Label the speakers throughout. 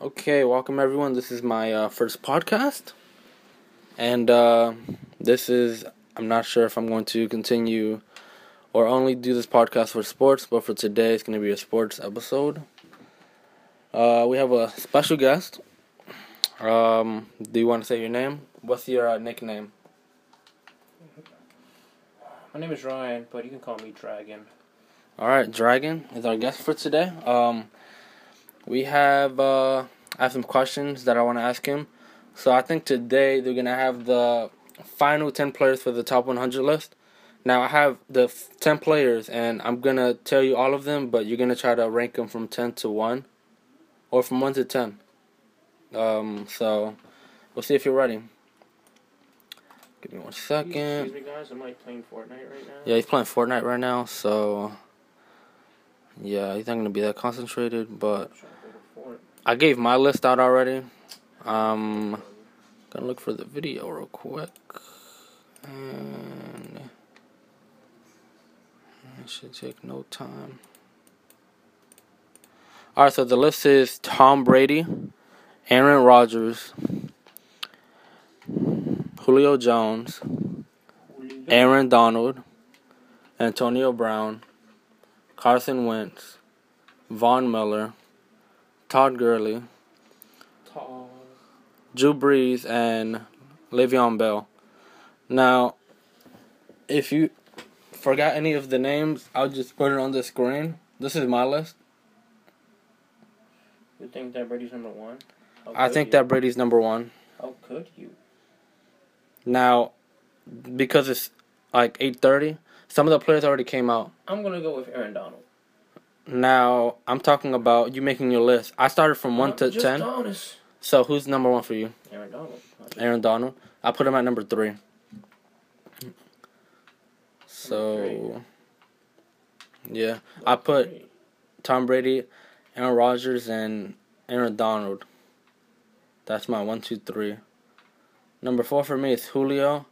Speaker 1: Okay, welcome everyone. This is my uh, first podcast, and uh, this is I'm not sure if I'm going to continue or only do this podcast for sports, but for today it's going to be a sports episode. Uh, we have a special guest. Um, do you want to say your name? What's your uh, nickname?
Speaker 2: My name is Ryan, but you can call me Dragon.
Speaker 1: All right, Dragon is our guest for today. Um, we have uh, I have some questions that I want to ask him. So I think today they're gonna have the final ten players for the top 100 list. Now I have the f- ten players, and I'm gonna tell you all of them, but you're gonna try to rank them from ten to one, or from one to ten. Um, so we'll see if you're ready. Give me one second.
Speaker 2: Excuse me, guys. I'm like playing Fortnite right now.
Speaker 1: Yeah, he's playing Fortnite right now, so yeah, he's not gonna be that concentrated. But
Speaker 2: I'm trying to hold a fort.
Speaker 1: I gave my list out already. Um, gonna look for the video real quick, and it should take no time. All right, so the list is Tom Brady, Aaron Rodgers, Julio Jones, Aaron Donald, Antonio Brown, Carson Wentz, Von Miller, Todd Gurley,
Speaker 2: Tall.
Speaker 1: Drew Brees, and Le'Veon Bell. Now, if you forgot any of the names, I'll just put it on the screen. This is my list.
Speaker 2: You think that Brady's number one? How
Speaker 1: I
Speaker 2: could
Speaker 1: think
Speaker 2: you?
Speaker 1: that Brady's number one.
Speaker 2: How could you?
Speaker 1: Now, because it's like eight thirty, some of the players already came out.
Speaker 2: I'm gonna go with Aaron Donald.
Speaker 1: Now I'm talking about you making your list. I started from one
Speaker 2: Not
Speaker 1: to
Speaker 2: just
Speaker 1: ten.
Speaker 2: Donis.
Speaker 1: So who's number one for you?
Speaker 2: Aaron Donald. Not just
Speaker 1: Aaron Donald. I put him at number three.
Speaker 2: Number
Speaker 1: So, yeah,
Speaker 2: number
Speaker 1: I put
Speaker 2: three.
Speaker 1: Tom Brady, Aaron Rodgers, and Aaron Donald. That's my one, two, three. Number four for me is Julio.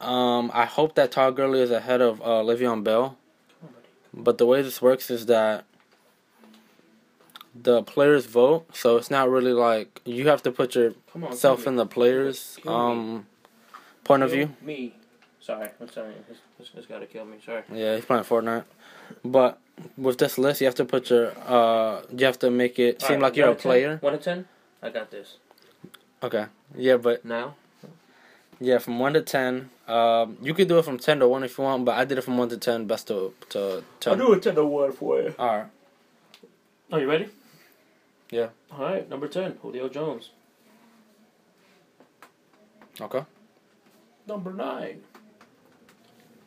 Speaker 1: Um, I hope that Todd Gurley is ahead of uh, Le'Veon Bell.
Speaker 2: Come on, buddy.
Speaker 1: But the way this works is that the players vote, so it's not really like you have to put your
Speaker 2: Come on.
Speaker 1: self
Speaker 2: kill
Speaker 1: in
Speaker 2: me.
Speaker 1: the players'
Speaker 2: Kill me.
Speaker 1: um point of
Speaker 2: Kill
Speaker 1: view.
Speaker 2: Me. Sorry, I'm sorry. This, this, this gotta kill me. Sorry.
Speaker 1: Yeah, he's playing Fortnite, but with this list, you have to put your uh, you have to make it seem
Speaker 2: Alright,
Speaker 1: like you're
Speaker 2: one
Speaker 1: a
Speaker 2: to ten.
Speaker 1: player.
Speaker 2: One to ten. I got this.
Speaker 1: Okay, yeah, but
Speaker 2: Now.
Speaker 1: yeah, from one to ten, um, you can do it from ten to one if you want, but I did it from one to ten, best to to ten.
Speaker 2: a ten to one for you.
Speaker 1: All right,
Speaker 2: Are you ready?
Speaker 1: Yeah.
Speaker 2: All right, number ten, Julio Jones.
Speaker 1: okay,
Speaker 2: Number nine,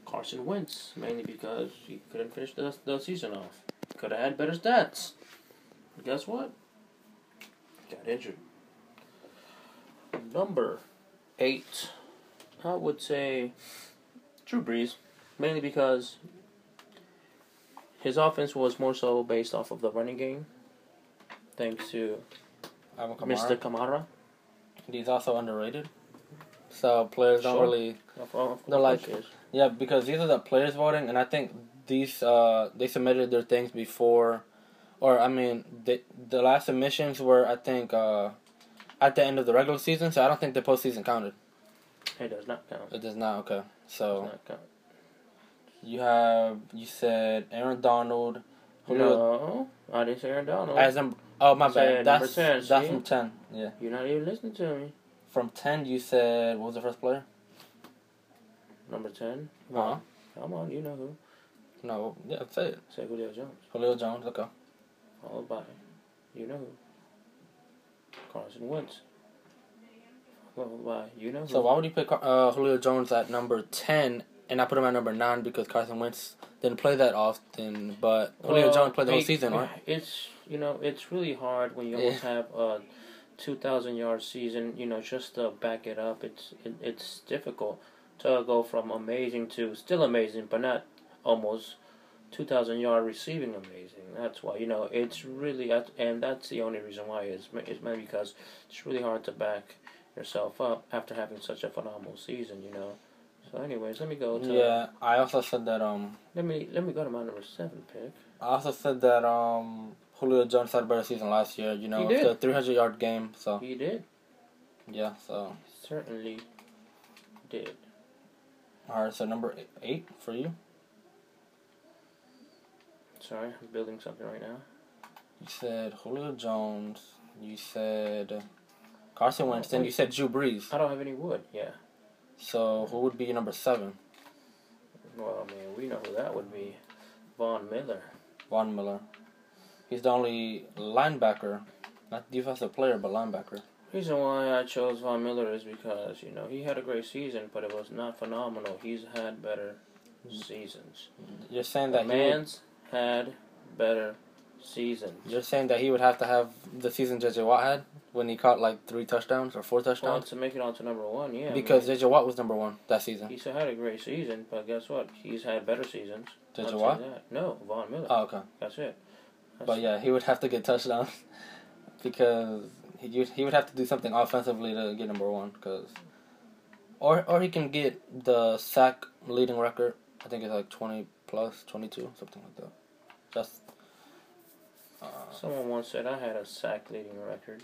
Speaker 2: Carson Wentz, mainly because he couldn't finish the, the season off. Could have had better stats. But guess what? Got injured. Number eight, I would say Drew Brees, mainly because his offense was more so based off of the running game, thanks to
Speaker 1: I have a
Speaker 2: Mr. Kamara.
Speaker 1: He's also underrated, so players don't
Speaker 2: Sure.
Speaker 1: really
Speaker 2: Of- of- of
Speaker 1: They're like-
Speaker 2: course he is.
Speaker 1: Yeah, because these are the players voting, and I think these uh they submitted their things before, or I mean the the last submissions were I think uh at the end of the regular season, so I don't think the postseason counted.
Speaker 2: He does not count.
Speaker 1: It does not. Okay,
Speaker 2: Does
Speaker 1: so
Speaker 2: not count.
Speaker 1: you have you said Aaron Donald, Julio
Speaker 2: No, I didn't say Aaron Donald.
Speaker 1: as number. Oh my
Speaker 2: You said
Speaker 1: bad. That's
Speaker 2: number 10,
Speaker 1: that's
Speaker 2: see?
Speaker 1: from ten. Yeah,
Speaker 2: You're not even listening to me.
Speaker 1: from ten you said what was the first player?
Speaker 2: Number 10.
Speaker 1: Uh-huh.
Speaker 2: Come on, you know who.
Speaker 1: No, yeah, that's it.
Speaker 2: Say Julio Jones.
Speaker 1: Julio Jones. Okay.
Speaker 2: All about it. You know who. Carson Wentz. Followed by you know who.
Speaker 1: So why would you pick uh, Julio Jones at number ten, and I put him at number nine because Carson Wentz didn't play that often, but Julio
Speaker 2: Well,
Speaker 1: Jones played the whole
Speaker 2: it-
Speaker 1: season, right?
Speaker 2: It's, you know, it's really hard when you
Speaker 1: Yeah.
Speaker 2: almost have a 2,000 yard season, you know, just to back it up. It's, it, it's difficult to go from amazing to still amazing, but not almost 2,000 yard receiving amazing. That's why you know it's really that, and that's the only reason why it's ma- it's mainly because it's really hard to back yourself up after having such a phenomenal season. You know. So, anyways, let me go to
Speaker 1: Yeah, I also said that. Um,
Speaker 2: let me let me go to my number seven pick.
Speaker 1: I also said that. Um, Julio Jones had a better season last year. You know,
Speaker 2: He
Speaker 1: it's
Speaker 2: did.
Speaker 1: a 300 yard game. So
Speaker 2: He did.
Speaker 1: yeah. So
Speaker 2: Certainly did.
Speaker 1: all right. So number eight- eight for you.
Speaker 2: Sorry, I'm building something right now.
Speaker 1: You said Julio Jones. You said Carson Wentz. And you said Drew Brees.
Speaker 2: I don't have any wood. Yeah.
Speaker 1: So who would be your number seven?
Speaker 2: Well, I mean, we know who that would be. Von Miller.
Speaker 1: Von Miller. He's the only linebacker, not defensive player, but linebacker.
Speaker 2: Reason why I chose Von Miller is because you know he had a great season, but it was not phenomenal. He's had better seasons.
Speaker 1: You're saying that
Speaker 2: The
Speaker 1: he would,
Speaker 2: man's had better seasons.
Speaker 1: you're saying that he would have to have the season JJ Watt had when he caught like three touchdowns or four
Speaker 2: Well,
Speaker 1: touchdowns
Speaker 2: to make it on to number one, yeah. I
Speaker 1: because
Speaker 2: mean,
Speaker 1: JJ Watt was number one that season.
Speaker 2: he's had a great season, but guess what? He's had better seasons.
Speaker 1: JJ
Speaker 2: I'll say
Speaker 1: Watt?
Speaker 2: that. No, Von Miller.
Speaker 1: Oh, okay.
Speaker 2: That's it. That's
Speaker 1: But yeah, he would have to get touchdowns because he you- he would have to do something offensively to get number one. Cause, or or he can get the sack leading record. I think it's like twenty plus twenty two something like that. That's. Uh,
Speaker 2: Someone once said I had a sack leading record.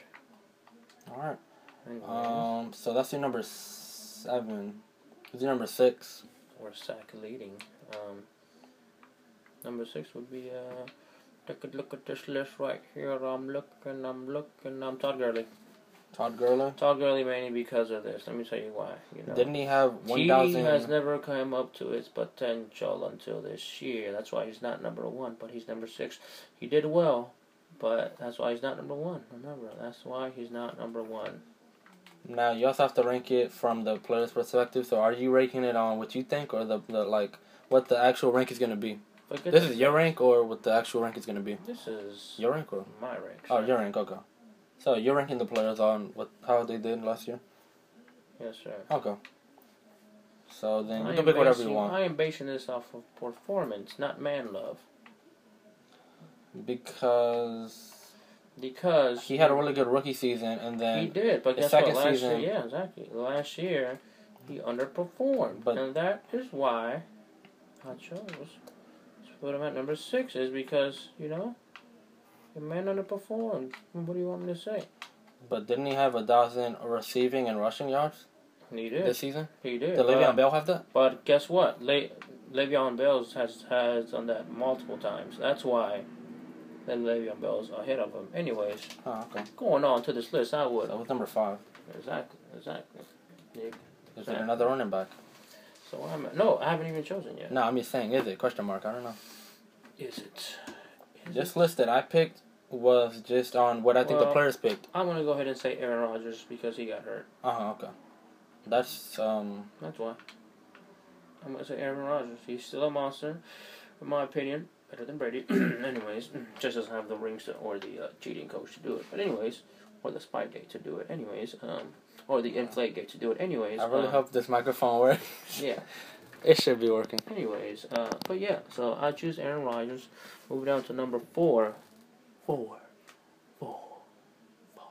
Speaker 1: all right.
Speaker 2: Anyways,
Speaker 1: Um. So that's your number seven. Is your number six?
Speaker 2: or sack leading. Um, number six would be uh, take a look at this list right here. I'm looking, I'm looking. I'm Todd Gurley.
Speaker 1: Todd Gurley.
Speaker 2: Todd Gurley mainly because of this. Let me tell you why. You know,
Speaker 1: Didn't he have one
Speaker 2: he has
Speaker 1: thousand?
Speaker 2: never come up to his potential until this year. That's why he's not number one, but he's number six. He did well, but that's why he's not number one. Remember, that's why he's not number one.
Speaker 1: Now you also have to rank it from the player's perspective. So are you ranking it on what you think or the, the like what the actual rank is gonna be?
Speaker 2: But
Speaker 1: This is your rank or what the actual rank is gonna be?
Speaker 2: This is
Speaker 1: Your rank or
Speaker 2: my rank.
Speaker 1: oh
Speaker 2: sir.
Speaker 1: your rank okay. So you're ranking the players on what how they did last year.
Speaker 2: Yes, sir.
Speaker 1: Okay. So then
Speaker 2: I
Speaker 1: you
Speaker 2: am
Speaker 1: can pick whatever you
Speaker 2: basing-
Speaker 1: want
Speaker 2: I am basing this off of performance, not man love.
Speaker 1: because
Speaker 2: Because
Speaker 1: he had a really good rookie season and then
Speaker 2: He did, but
Speaker 1: the
Speaker 2: guess
Speaker 1: second
Speaker 2: what? Last
Speaker 1: season-
Speaker 2: year, yeah, exactly. Last year, he underperformed,
Speaker 1: But-
Speaker 2: and that is why I chose to put him at number six. Is because you know, the man underperformed. What do you want me to say?
Speaker 1: But didn't he have a thousand receiving and rushing yards
Speaker 2: He did.
Speaker 1: this season?
Speaker 2: he did. Uh,
Speaker 1: Did Le'Veon
Speaker 2: but,
Speaker 1: Bell have that?
Speaker 2: but guess what? Le- Le'Veon Bell's has has done that multiple times. That's why. Then Le'Veon Bell's ahead of him. Anyways,
Speaker 1: Oh, okay.
Speaker 2: going on to this list, I would.
Speaker 1: That was number five.
Speaker 2: Exactly, exactly. Nick.
Speaker 1: Is it another running back?
Speaker 2: So I'm. No, I haven't even chosen yet.
Speaker 1: No, I'm just saying, is it? Question mark. I don't know.
Speaker 2: Is it? Is
Speaker 1: This
Speaker 2: it?
Speaker 1: list that I picked was just on what I think the
Speaker 2: Well-
Speaker 1: players picked.
Speaker 2: I'm gonna go ahead and say Aaron Rodgers because he got hurt.
Speaker 1: Uh huh. Okay. That's um.
Speaker 2: That's why. I'm gonna say Aaron Rodgers. He's still a monster, in my opinion. Better than Brady. anyways, just doesn't have the rings to, or the uh, cheating coach to do it. But anyways, or the spy gate to do it. Anyways, um, or the inflate gate to do it. Anyways,
Speaker 1: I really
Speaker 2: um,
Speaker 1: hope this microphone works.
Speaker 2: Yeah.
Speaker 1: It should be working.
Speaker 2: Anyways, uh, but yeah, so I choose Aaron Rodgers. Move down to number four. Four. Four. Four.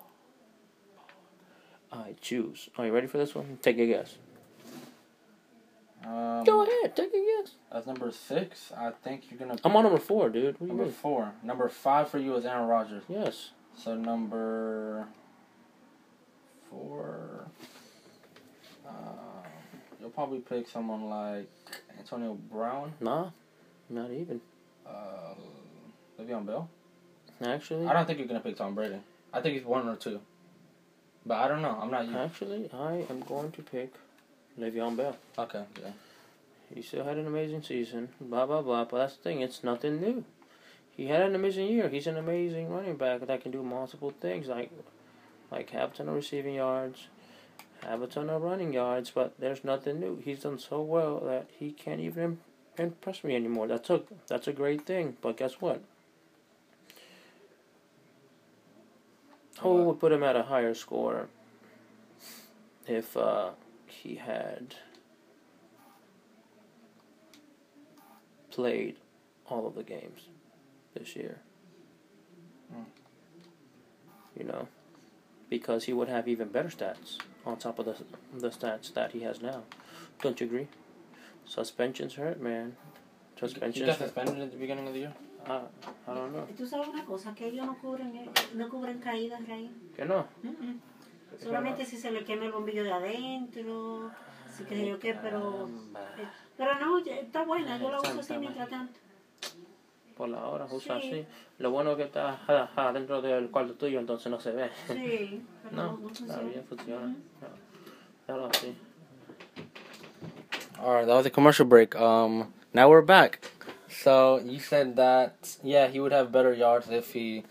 Speaker 2: I choose. Are you ready for this one? Take a guess.
Speaker 1: Um,
Speaker 2: Go ahead, take a guess.
Speaker 1: That's number six. I think you're gonna.
Speaker 2: I'm on number four, dude. What do you
Speaker 1: number
Speaker 2: mean?
Speaker 1: four. Number five for you is Aaron Rodgers.
Speaker 2: Yes.
Speaker 1: So number four, um, you'll probably pick someone like Antonio Brown,
Speaker 2: Nah. Not even.
Speaker 1: uh, Le'Veon Bell.
Speaker 2: Actually,
Speaker 1: I don't think you're gonna pick Tom Brady. I think he's one or two, but I don't know. I'm not you.
Speaker 2: actually, I am going to pick Le'Veon Bell.
Speaker 1: Okay, yeah.
Speaker 2: He still had an amazing season, blah blah blah. But that's the thing; it's nothing new. He had an amazing year. He's an amazing running back that can do multiple things, like like have a ton of receiving yards, have a ton of running yards. But there's nothing new. He's done so well that he can't even im- impress me anymore. That's a that's a great thing. But guess what? Who
Speaker 1: What?
Speaker 2: would put him at a higher score if uh, he had played all of the games this year.
Speaker 1: Mm.
Speaker 2: You know, because he would have even better stats on top of the the stats that he has now. Don't you agree? Suspensions hurt, man.
Speaker 1: He
Speaker 2: Suspensions.
Speaker 1: got
Speaker 2: hurt.
Speaker 1: suspended at the beginning of the year.
Speaker 2: I I, I don't know.
Speaker 3: Tú sabes una cosa, que ellos no cubren, eh, no cubren caídas, Rey.
Speaker 2: Que no.
Speaker 3: Mm-mm. Solamente si se le quema el bombillo de adentro, si que sé yo qué, pero...
Speaker 2: Caramba.
Speaker 3: eh, Pero no, ya está buena, yo la uso así
Speaker 2: Santa
Speaker 3: mientras tanto.
Speaker 2: Por la hora, usa
Speaker 3: Sí.
Speaker 2: así. Lo bueno es que está ja, ja, dentro del cuarto tuyo, entonces no se ve.
Speaker 3: Sí, pero no,
Speaker 2: No,
Speaker 3: no
Speaker 2: está
Speaker 3: funciona.
Speaker 2: bien, funciona. No. Claro, sí.
Speaker 1: All right, that was a commercial break. Um, now we're back. So you said that yeah, he would have better yards if he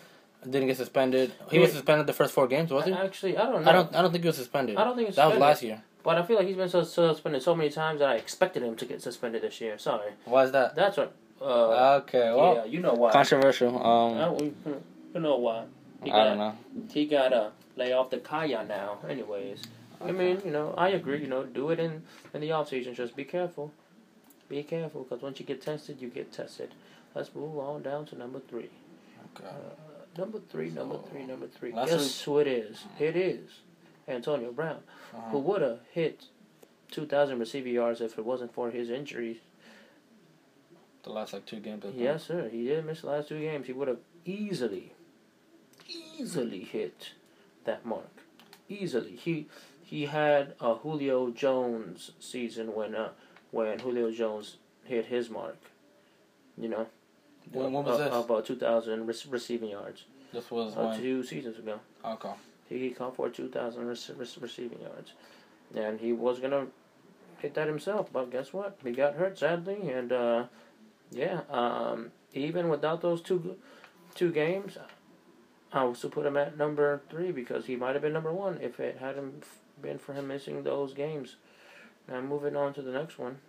Speaker 1: didn't get suspended. He was
Speaker 2: Yeah.
Speaker 1: suspended the first four games, was he? I
Speaker 2: Actually, I don't know.
Speaker 1: don't. I don't think he was suspended.
Speaker 2: I don't think he was
Speaker 1: that was
Speaker 2: suspended.
Speaker 1: last year.
Speaker 2: But I feel like he's been so, so suspended so many times that I expected him to get suspended this year. Sorry.
Speaker 1: Why is that?
Speaker 2: That's what. Uh,
Speaker 1: Okay, Ah, well,
Speaker 2: yeah, you know why.
Speaker 1: controversial. Um,
Speaker 2: Uh, we- you know why. He
Speaker 1: I
Speaker 2: got,
Speaker 1: don't know.
Speaker 2: He got to lay off the kaya now, anyways. I mean, you know, I agree, you know, do it in, in the off season. Just be careful. Be careful, because once you get tested, you get tested. Let's move on down to number three. Uh, Number three, number
Speaker 1: So,
Speaker 2: three, number three.
Speaker 1: last
Speaker 2: Guess who it is? It is Antonio Brown,
Speaker 1: uh, Uh-huh.
Speaker 2: who would have hit 2,000 receiving yards if it wasn't for his injury.
Speaker 1: The last like two games. I think.
Speaker 2: Yes, sir. He did miss the last two games. He would have easily, easily hit that mark. Easily. He he had a Julio Jones season when uh, when Julio Jones hit his mark. You know,
Speaker 1: When, when was
Speaker 2: uh,
Speaker 1: this?
Speaker 2: about 2,000 rec- receiving yards.
Speaker 1: this was
Speaker 2: Uh,
Speaker 1: when.
Speaker 2: two seasons ago.
Speaker 1: Okay.
Speaker 2: He caught for 2,000 rec- rec- receiving yards. And he was going to hit that himself, but guess what? He got hurt, sadly. And, uh, yeah, um, even without those two two games, I would still put him at number three because he might have been number one if it hadn't f- been for him missing those games. Now, moving on to the next one,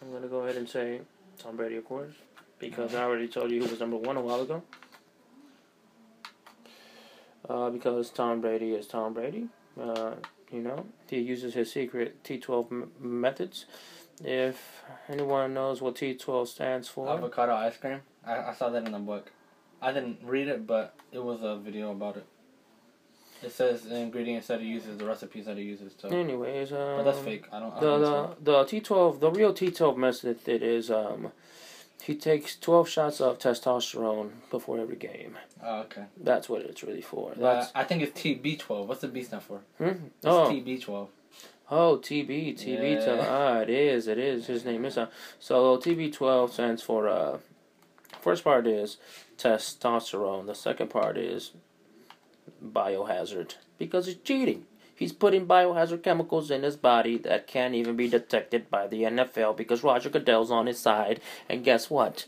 Speaker 2: I'm going to go ahead and say Tom Brady, of course, because I already told you he was number one a while ago. Uh, because Tom Brady is Tom Brady. Uh, you know, he uses his secret T12 m- methods. If anyone knows what T12 stands for,
Speaker 1: Avocado ice cream. I, I saw that in a book. I didn't read it, but it was a video about it. It says the ingredients that he uses, the recipes that he uses. So,
Speaker 2: anyways, um,
Speaker 1: but Oh, that's fake. I don't. I
Speaker 2: The,
Speaker 1: don't think
Speaker 2: the the T12 the real T12 method is um he takes 12 shots of testosterone before every game.
Speaker 1: so. Oh, okay.
Speaker 2: That's what it's really for.
Speaker 1: But
Speaker 2: That's
Speaker 1: I think it's TB12. What's the B stand for?
Speaker 2: hmm?
Speaker 1: It's
Speaker 2: oh
Speaker 1: TB12.
Speaker 2: oh TB TB
Speaker 1: Yeah.
Speaker 2: 12 ah it is it is his name is uh, so TB12 stands for uh first part is testosterone the second part is biohazard because it's cheating. He's putting biohazard chemicals in his body that can't even be detected by the NFL because Roger Goodell's on his side. And guess what?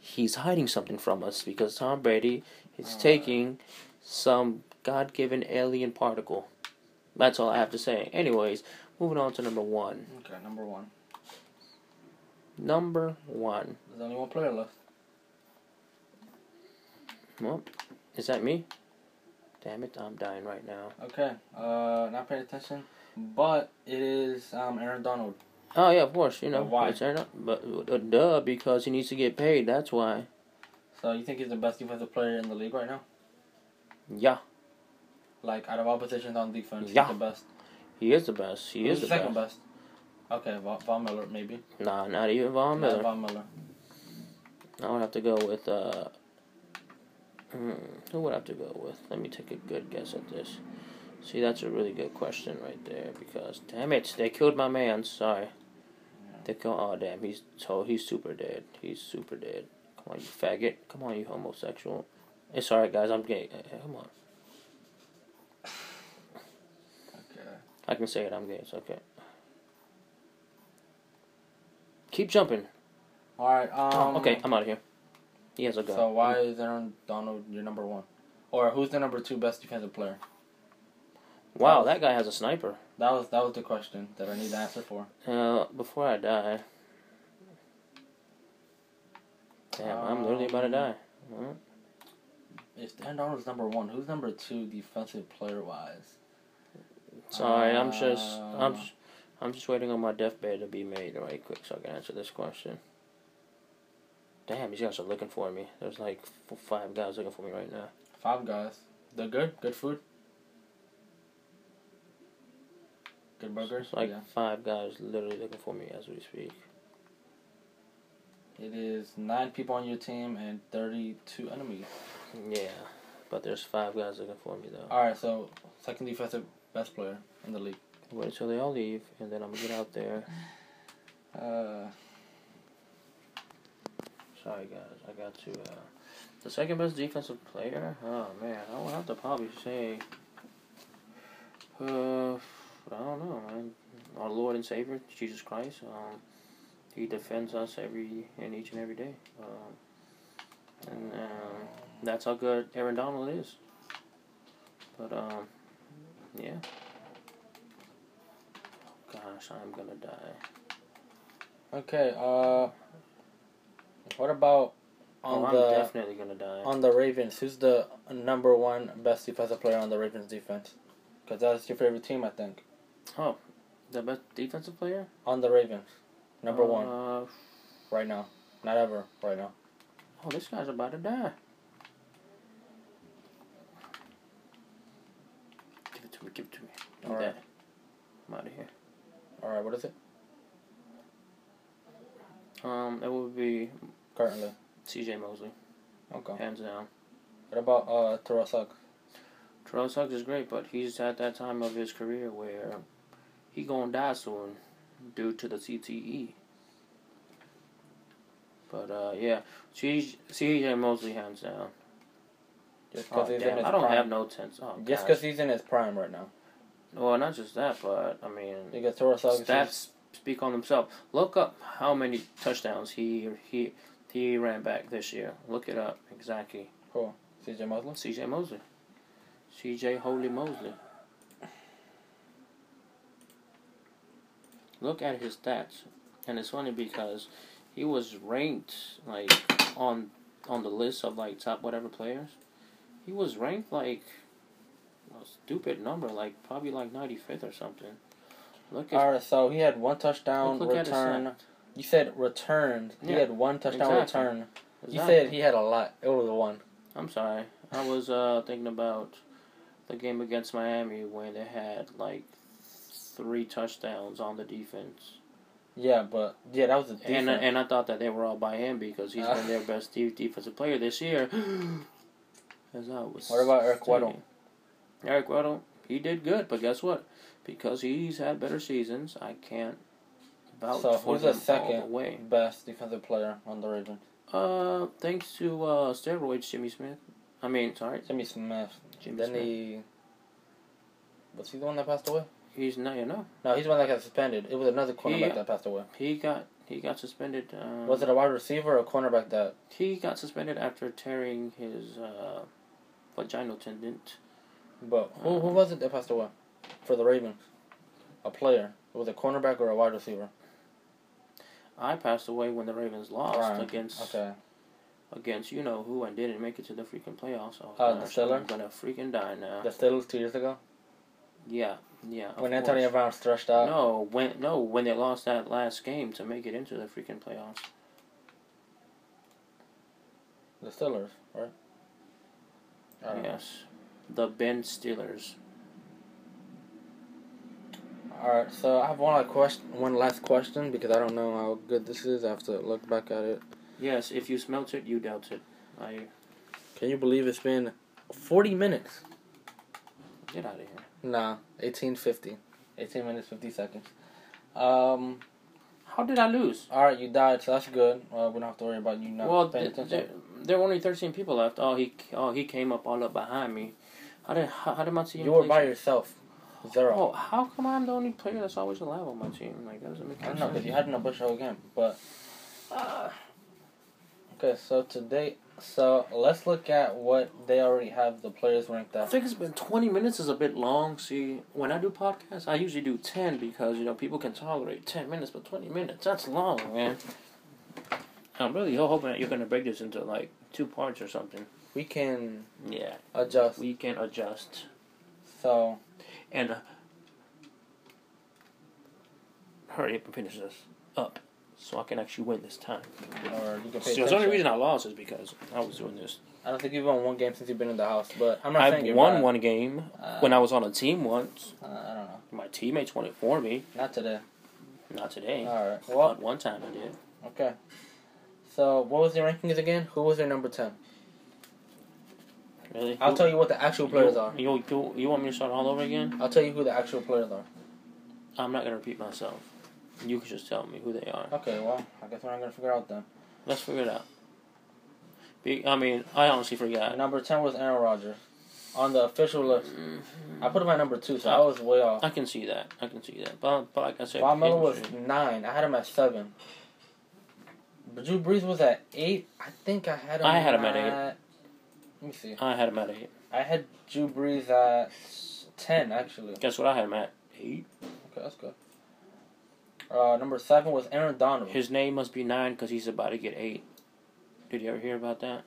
Speaker 2: He's hiding something from us because Tom Brady is taking some God given alien particle. That's all I have to say. Anyways, moving on to number one.
Speaker 1: Okay, number one.
Speaker 2: Number one.
Speaker 1: There's only one player left.
Speaker 2: Well, is that me? Damn it, I'm dying right now.
Speaker 1: Okay. Uh, not paying attention. But it is um Aaron Donald.
Speaker 2: Oh yeah, of course. You know
Speaker 1: But why?
Speaker 2: it's Aaron- But uh, duh, because he needs to get paid. That's why.
Speaker 1: So you think he's the best defensive player in the league right now?
Speaker 2: Yeah,
Speaker 1: Like out of all positions on defense,
Speaker 2: Yeah.
Speaker 1: he's the best.
Speaker 2: he is the best. He
Speaker 1: Who's
Speaker 2: is the
Speaker 1: second
Speaker 2: best.
Speaker 1: best. Okay, Von, Von Miller maybe.
Speaker 2: Nah, not even Von
Speaker 1: Not
Speaker 2: Miller.
Speaker 1: Von Miller.
Speaker 2: I would have to go with. uh hmm, Who would I have to go with? Let me take a good guess at this. See, that's a really good question right there because damn it, they killed my man. Sorry, they killed. Oh damn, he's so he's super dead. He's super dead. Come on, you faggot. Come on, you homosexual. It's alright, guys. I'm gay. Eh, eh, Come on.
Speaker 1: Okay.
Speaker 2: I can say it. I'm gay. It's okay. Keep jumping.
Speaker 1: All right. Um,
Speaker 2: Oh, okay, I'm out of here. He has a gun.
Speaker 1: So why is Aaron Donald your number one, or who's the number two best defensive player?
Speaker 2: Wow, that guy has a sniper.
Speaker 1: That was that was the question that I need to answer for.
Speaker 2: Uh, before I die. Damn, I'm literally about to die. Well,
Speaker 1: If Aaron Donald's number one, who's number two defensive player wise?
Speaker 2: Sorry, I'm just, I'm,
Speaker 1: Uh,
Speaker 2: just, I'm just waiting on my deathbed to be made right quick so I can answer this question. Damn, these guys are looking for me. There's like f- five guys looking for me right now.
Speaker 1: Five guys. They're good. Good food. Good burgers.
Speaker 2: There's like
Speaker 1: yeah.
Speaker 2: five guys literally looking for me as we speak.
Speaker 1: It is nine people on your team and 32 enemies.
Speaker 2: Yeah, but there's five guys looking for me though.
Speaker 1: All right, so second defensive best player in the league.
Speaker 2: Wait until they all leave, and then I'm gonna get out there.
Speaker 1: Uh,
Speaker 2: Sorry guys, I got to. Uh, the second best defensive player. Oh man, I would have to probably say. Uh, I don't know, man. Our Lord and Savior, Jesus Christ. Um, he defends us every and each and every day. Um, and um, that's how good Aaron Donald is. But um, yeah. Gosh, I'm gonna die.
Speaker 1: okay. Uh, what about
Speaker 2: Oh,
Speaker 1: on
Speaker 2: I'm
Speaker 1: the
Speaker 2: definitely gonna die.
Speaker 1: on the Ravens? Who's the number one best defensive player on the Ravens defense? Because that's your favorite team, I think.
Speaker 2: Oh, the best defensive player?
Speaker 1: On the Ravens, number one
Speaker 2: Uh,
Speaker 1: right now. Not ever right now.
Speaker 2: oh, this guy's about to die. Give it to me, give it to me. I'm
Speaker 1: All right.
Speaker 2: dead. I'm out of here.
Speaker 1: All right, what is it
Speaker 2: Um, it would be
Speaker 1: currently?
Speaker 2: CJ Mosley,
Speaker 1: Okay.
Speaker 2: hands down.
Speaker 1: What about uh Terrell Suggs?
Speaker 2: Terrell Suggs is great, but he's at that time of his career where he gonna die soon due to the CTE. But uh, yeah, CJ Mosley hands down.
Speaker 1: Just
Speaker 2: Oh,
Speaker 1: because he's in
Speaker 2: damn,
Speaker 1: his
Speaker 2: I don't
Speaker 1: prime.
Speaker 2: have no tense. Oh,
Speaker 1: Just
Speaker 2: gosh.
Speaker 1: because he's in his prime right now.
Speaker 2: Well, not just that, but I mean,
Speaker 1: Because Terrell Suggs. is-
Speaker 2: stats speak on themselves. Look up how many touchdowns he he he ran back this year. Look it up exactly.
Speaker 1: CJ Mosley.
Speaker 2: C.J. Mosley, C.J. Holy Mosley. Look at his stats, and it's funny because he was ranked like on on the list of like top whatever players. He was ranked like a stupid number, like probably like ninety fifth or something. Look at
Speaker 1: All right, so he had one touchdown
Speaker 2: Look at his
Speaker 1: return. You said returned. He
Speaker 2: Yeah,
Speaker 1: had one touchdown
Speaker 2: exactly.
Speaker 1: return.
Speaker 2: Is
Speaker 1: You
Speaker 2: that-
Speaker 1: said he had a lot. It was one.
Speaker 2: I'm sorry. I was uh thinking about the game against Miami when they had like three touchdowns on the defense,
Speaker 1: Yeah, but yeah, that was a defense. Uh.
Speaker 2: and and I thought that they were all by him because he's been their best de- defensive player this year. As I was.
Speaker 1: What about Eric Weddle?
Speaker 2: stating. Eric Weddle, he did good, but guess what? Because he's had better seasons, I can't vouch
Speaker 1: so
Speaker 2: for
Speaker 1: who's
Speaker 2: him
Speaker 1: the
Speaker 2: all the
Speaker 1: second
Speaker 2: way.
Speaker 1: best defensive player on the Ravens?
Speaker 2: Uh, thanks to uh steroids, Jimmy Smith. I mean, sorry,
Speaker 1: Jimmy Smith.
Speaker 2: Jimmy
Speaker 1: then
Speaker 2: Smith.
Speaker 1: he was he the one that passed away?
Speaker 2: he's not you know.
Speaker 1: No, he's the one that got suspended. It was another cornerback
Speaker 2: Yeah.
Speaker 1: that passed away.
Speaker 2: He got he got suspended. Um,
Speaker 1: Was it a wide receiver or a cornerback that?
Speaker 2: He got suspended after tearing his uh, vaginal tendon.
Speaker 1: But who who was it that passed away for the Ravens? A player. It was a cornerback or a wide receiver.
Speaker 2: I passed away when the Ravens lost
Speaker 1: Right.
Speaker 2: against
Speaker 1: Okay.
Speaker 2: against you know who and didn't make it to the freaking playoffs. Oh,
Speaker 1: Uh, the
Speaker 2: gosh,
Speaker 1: Steelers?
Speaker 2: I'm gonna freaking die now.
Speaker 1: The Steelers two years ago
Speaker 2: yeah, yeah. of
Speaker 1: when
Speaker 2: course.
Speaker 1: Antonio Brown stretched out.
Speaker 2: no, when no when they lost that last game to make it into the freaking playoffs.
Speaker 1: The Steelers, right? I don't know.
Speaker 2: Yes, the Ben Steelers.
Speaker 1: All right, so I have one last question. One last question because I don't know how good this is. I have to look back at it.
Speaker 2: Yes, if you smelt it, you dealt it. I
Speaker 1: Can you believe it's been forty minutes?
Speaker 2: get out of here.
Speaker 1: Nah, eighteen fifty. Eighteen minutes fifty seconds. Um.
Speaker 2: How did I lose?
Speaker 1: All right, you died, so that's good. Uh, we don't have to worry about you not
Speaker 2: well,
Speaker 1: paying
Speaker 2: th-
Speaker 1: attention.
Speaker 2: there, there were only thirteen people left. Oh, he oh he came up all up behind me. How did how, how did my team?
Speaker 1: you were
Speaker 2: play-
Speaker 1: by yourself. Zero.
Speaker 2: Oh, how come I'm the only player that's always alive on my team? Like that doesn't make
Speaker 1: I don't
Speaker 2: any
Speaker 1: know
Speaker 2: sense.
Speaker 1: because you had no bush whole game, but okay. So today, so let's look at what they already have the players ranked
Speaker 2: I
Speaker 1: at.
Speaker 2: think it's been twenty minutes is a bit long. See, when I do podcasts, I usually do ten because you know people can tolerate ten minutes, but twenty minutes that's long, man. I'm really ho- hoping that you're gonna break this into like two parts or something.
Speaker 1: We can
Speaker 2: Yeah,
Speaker 1: adjust.
Speaker 2: we can adjust
Speaker 1: So
Speaker 2: and uh, hurry up and finish this up so I can actually win this time.
Speaker 1: or you can pay
Speaker 2: See, the only
Speaker 1: attention.
Speaker 2: reason I lost is because I was doing this.
Speaker 1: I don't think you've won one game since you've been in the house, but I'm not
Speaker 2: I
Speaker 1: saying you're
Speaker 2: won
Speaker 1: bad.
Speaker 2: one game
Speaker 1: Uh,
Speaker 2: when I was on a team once.
Speaker 1: uh, I don't know.
Speaker 2: My teammates won it for me.
Speaker 1: Not today.
Speaker 2: Not today.
Speaker 1: All right.
Speaker 2: but
Speaker 1: Uh, Well,
Speaker 2: one time I did.
Speaker 1: okay. So what was their rankings again? Who was their number ten?
Speaker 2: Really?
Speaker 1: I'll tell you what the actual players are.
Speaker 2: You, you, you want me to start all over again?
Speaker 1: I'll tell you who the actual players are.
Speaker 2: I'm not gonna repeat myself. You can just tell me who they are.
Speaker 1: Okay, well, I guess we're not gonna figure out then.
Speaker 2: Let's figure it out. Be, I mean, I honestly forgot.
Speaker 1: Number ten was Aaron Rodgers. On the official list,
Speaker 2: Mm-hmm.
Speaker 1: I put him at number two, so I
Speaker 2: Oh.
Speaker 1: was way off.
Speaker 2: I can see that. I can see that. But, but like I said,
Speaker 1: Von Miller was
Speaker 2: injury.
Speaker 1: nine. I had him at seven. But Drew Brees was at eight. I think I had him.
Speaker 2: I had him at eight.
Speaker 1: Let me see.
Speaker 2: I had him at eight.
Speaker 1: I had Drew Brees at s- ten actually.
Speaker 2: Guess what? I had him at eight.
Speaker 1: Okay, that's good. Uh, number seven was Aaron Donald.
Speaker 2: His name must be nine because he's about to get eight. Did you ever hear about that?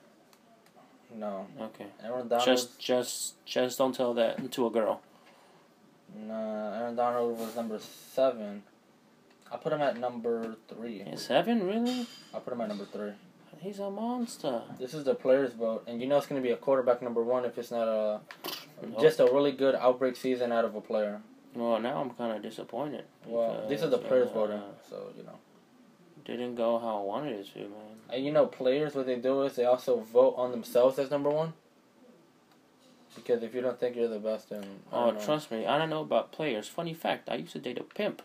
Speaker 1: no,
Speaker 2: Okay.
Speaker 1: Aaron Donald.
Speaker 2: Just, just, just don't tell that to a girl.
Speaker 1: Nah, Aaron Donald was number seven. I put him at number three.
Speaker 2: And seven, really?
Speaker 1: I put him at number three.
Speaker 2: He's a monster.
Speaker 1: This is the players' vote, and you know it's gonna be a quarterback number one if it's not a
Speaker 2: Nope.
Speaker 1: just a really good outbreak season out of a player.
Speaker 2: Well, now I'm kind of disappointed.
Speaker 1: Well, these are
Speaker 2: because,
Speaker 1: the players
Speaker 2: uh,
Speaker 1: voting, so you know.
Speaker 2: Didn't go how I wanted it to, man.
Speaker 1: And you know, players what they do is they also vote on themselves as number one. Because if you don't think you're the best, then I
Speaker 2: Oh,
Speaker 1: don't know.
Speaker 2: trust me, I don't know about players. Funny fact, I used to date a pimp.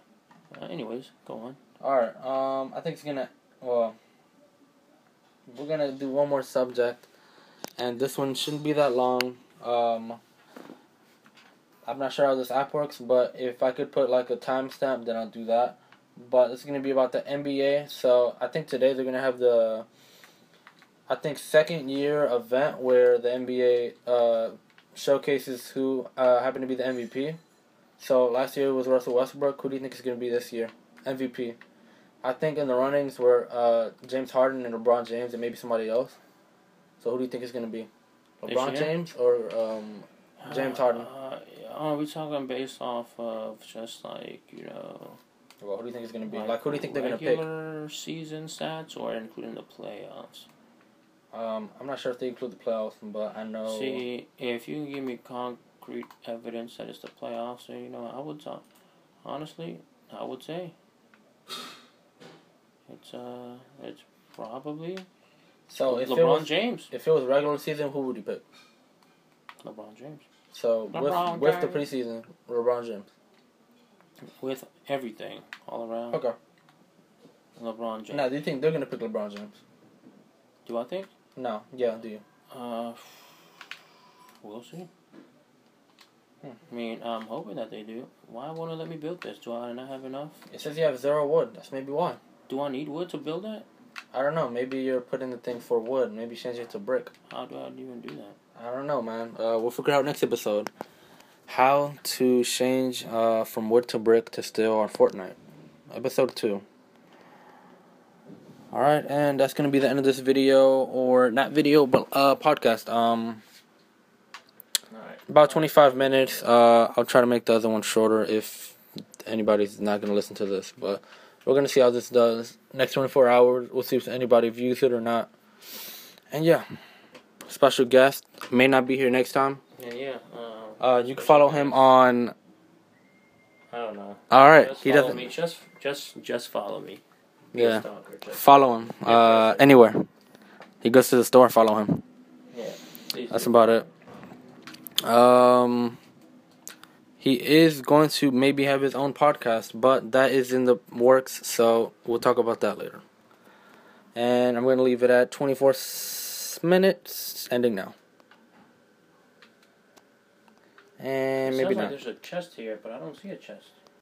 Speaker 2: Uh, anyways, go on.
Speaker 1: All right. Um, I think it's gonna. Well, we're gonna do one more subject, and this one shouldn't be that long. Um, I'm not sure how this app works, but if I could put like a timestamp, then I'll do that. But it's gonna be about the NBA. So I think today they're gonna have the. I think second year event where the NBA uh, showcases who uh, happened to be the MVP. So last year was Russell Westbrook. Who do you think is gonna be this year? MVP. I think in the runnings were uh, James Harden and LeBron James and maybe somebody else. So who do you think is going to be?
Speaker 2: This
Speaker 1: LeBron
Speaker 2: year?
Speaker 1: James or um, James Harden?
Speaker 2: Uh, are we talking based off of just like, you know,
Speaker 1: well, who do you think is going to be? Like, who do you think they're going to pick?
Speaker 2: regular season stats or including the playoffs?
Speaker 1: Um, I'm not sure if they include the playoffs, but I know.
Speaker 2: See, if you can give me concrete evidence that it's the playoffs, then, you know, I would talk. Honestly, I would say it's uh, it's probably
Speaker 1: so if it
Speaker 2: LeBron
Speaker 1: was
Speaker 2: James.
Speaker 1: if it was regular season, who would you pick?
Speaker 2: LeBron James
Speaker 1: So
Speaker 2: LeBron
Speaker 1: with with the
Speaker 2: James.
Speaker 1: preseason, LeBron James.
Speaker 2: with everything all around.
Speaker 1: Okay.
Speaker 2: LeBron James.
Speaker 1: Now, do you think they're going to pick LeBron James?
Speaker 2: Do I think?
Speaker 1: No. Yeah. Do you?
Speaker 2: Uh, we'll see.
Speaker 1: Hmm.
Speaker 2: I mean, I'm hoping that they do. Why won't they let me build this? Do I not have enough?
Speaker 1: It says you have zero wood. That's maybe why.
Speaker 2: Do I need wood to build that?
Speaker 1: I don't know. Maybe you're putting the thing for wood. Maybe change it to brick.
Speaker 2: How do I even do that?
Speaker 1: I don't know, man. Uh, we'll figure out next episode how to change uh, from wood to brick to steel on Fortnite. Episode 2. Alright, and that's going to be the end of this video, or not video, but uh, podcast. Um,
Speaker 2: Alright.
Speaker 1: About 25 minutes. Uh, I'll try to make the other one shorter if anybody's not going to listen to this. But we're going to see how this does. Next 24 hours, we'll see if anybody views it or not. And yeah, special guest may not be here next time.
Speaker 2: Yeah, yeah. Um,
Speaker 1: Uh, you can follow him on.
Speaker 2: I don't know.
Speaker 1: All right,
Speaker 2: Just
Speaker 1: he
Speaker 2: follow
Speaker 1: doesn't.
Speaker 2: Me. Just, just, just follow me. Be a
Speaker 1: Yeah,
Speaker 2: stalker, just-
Speaker 1: follow him. Uh, anywhere. He goes to the store. Follow him.
Speaker 2: yeah. Please
Speaker 1: That's
Speaker 2: do.
Speaker 1: about it. Um, he is going to maybe have his own podcast, but that is in the works, so we'll talk about that later. And I'm going to leave it at 24 s- minutes, ending now. And
Speaker 2: It
Speaker 1: maybe
Speaker 2: sounds
Speaker 1: not.
Speaker 2: like there's a chest here, but I don't see a chest.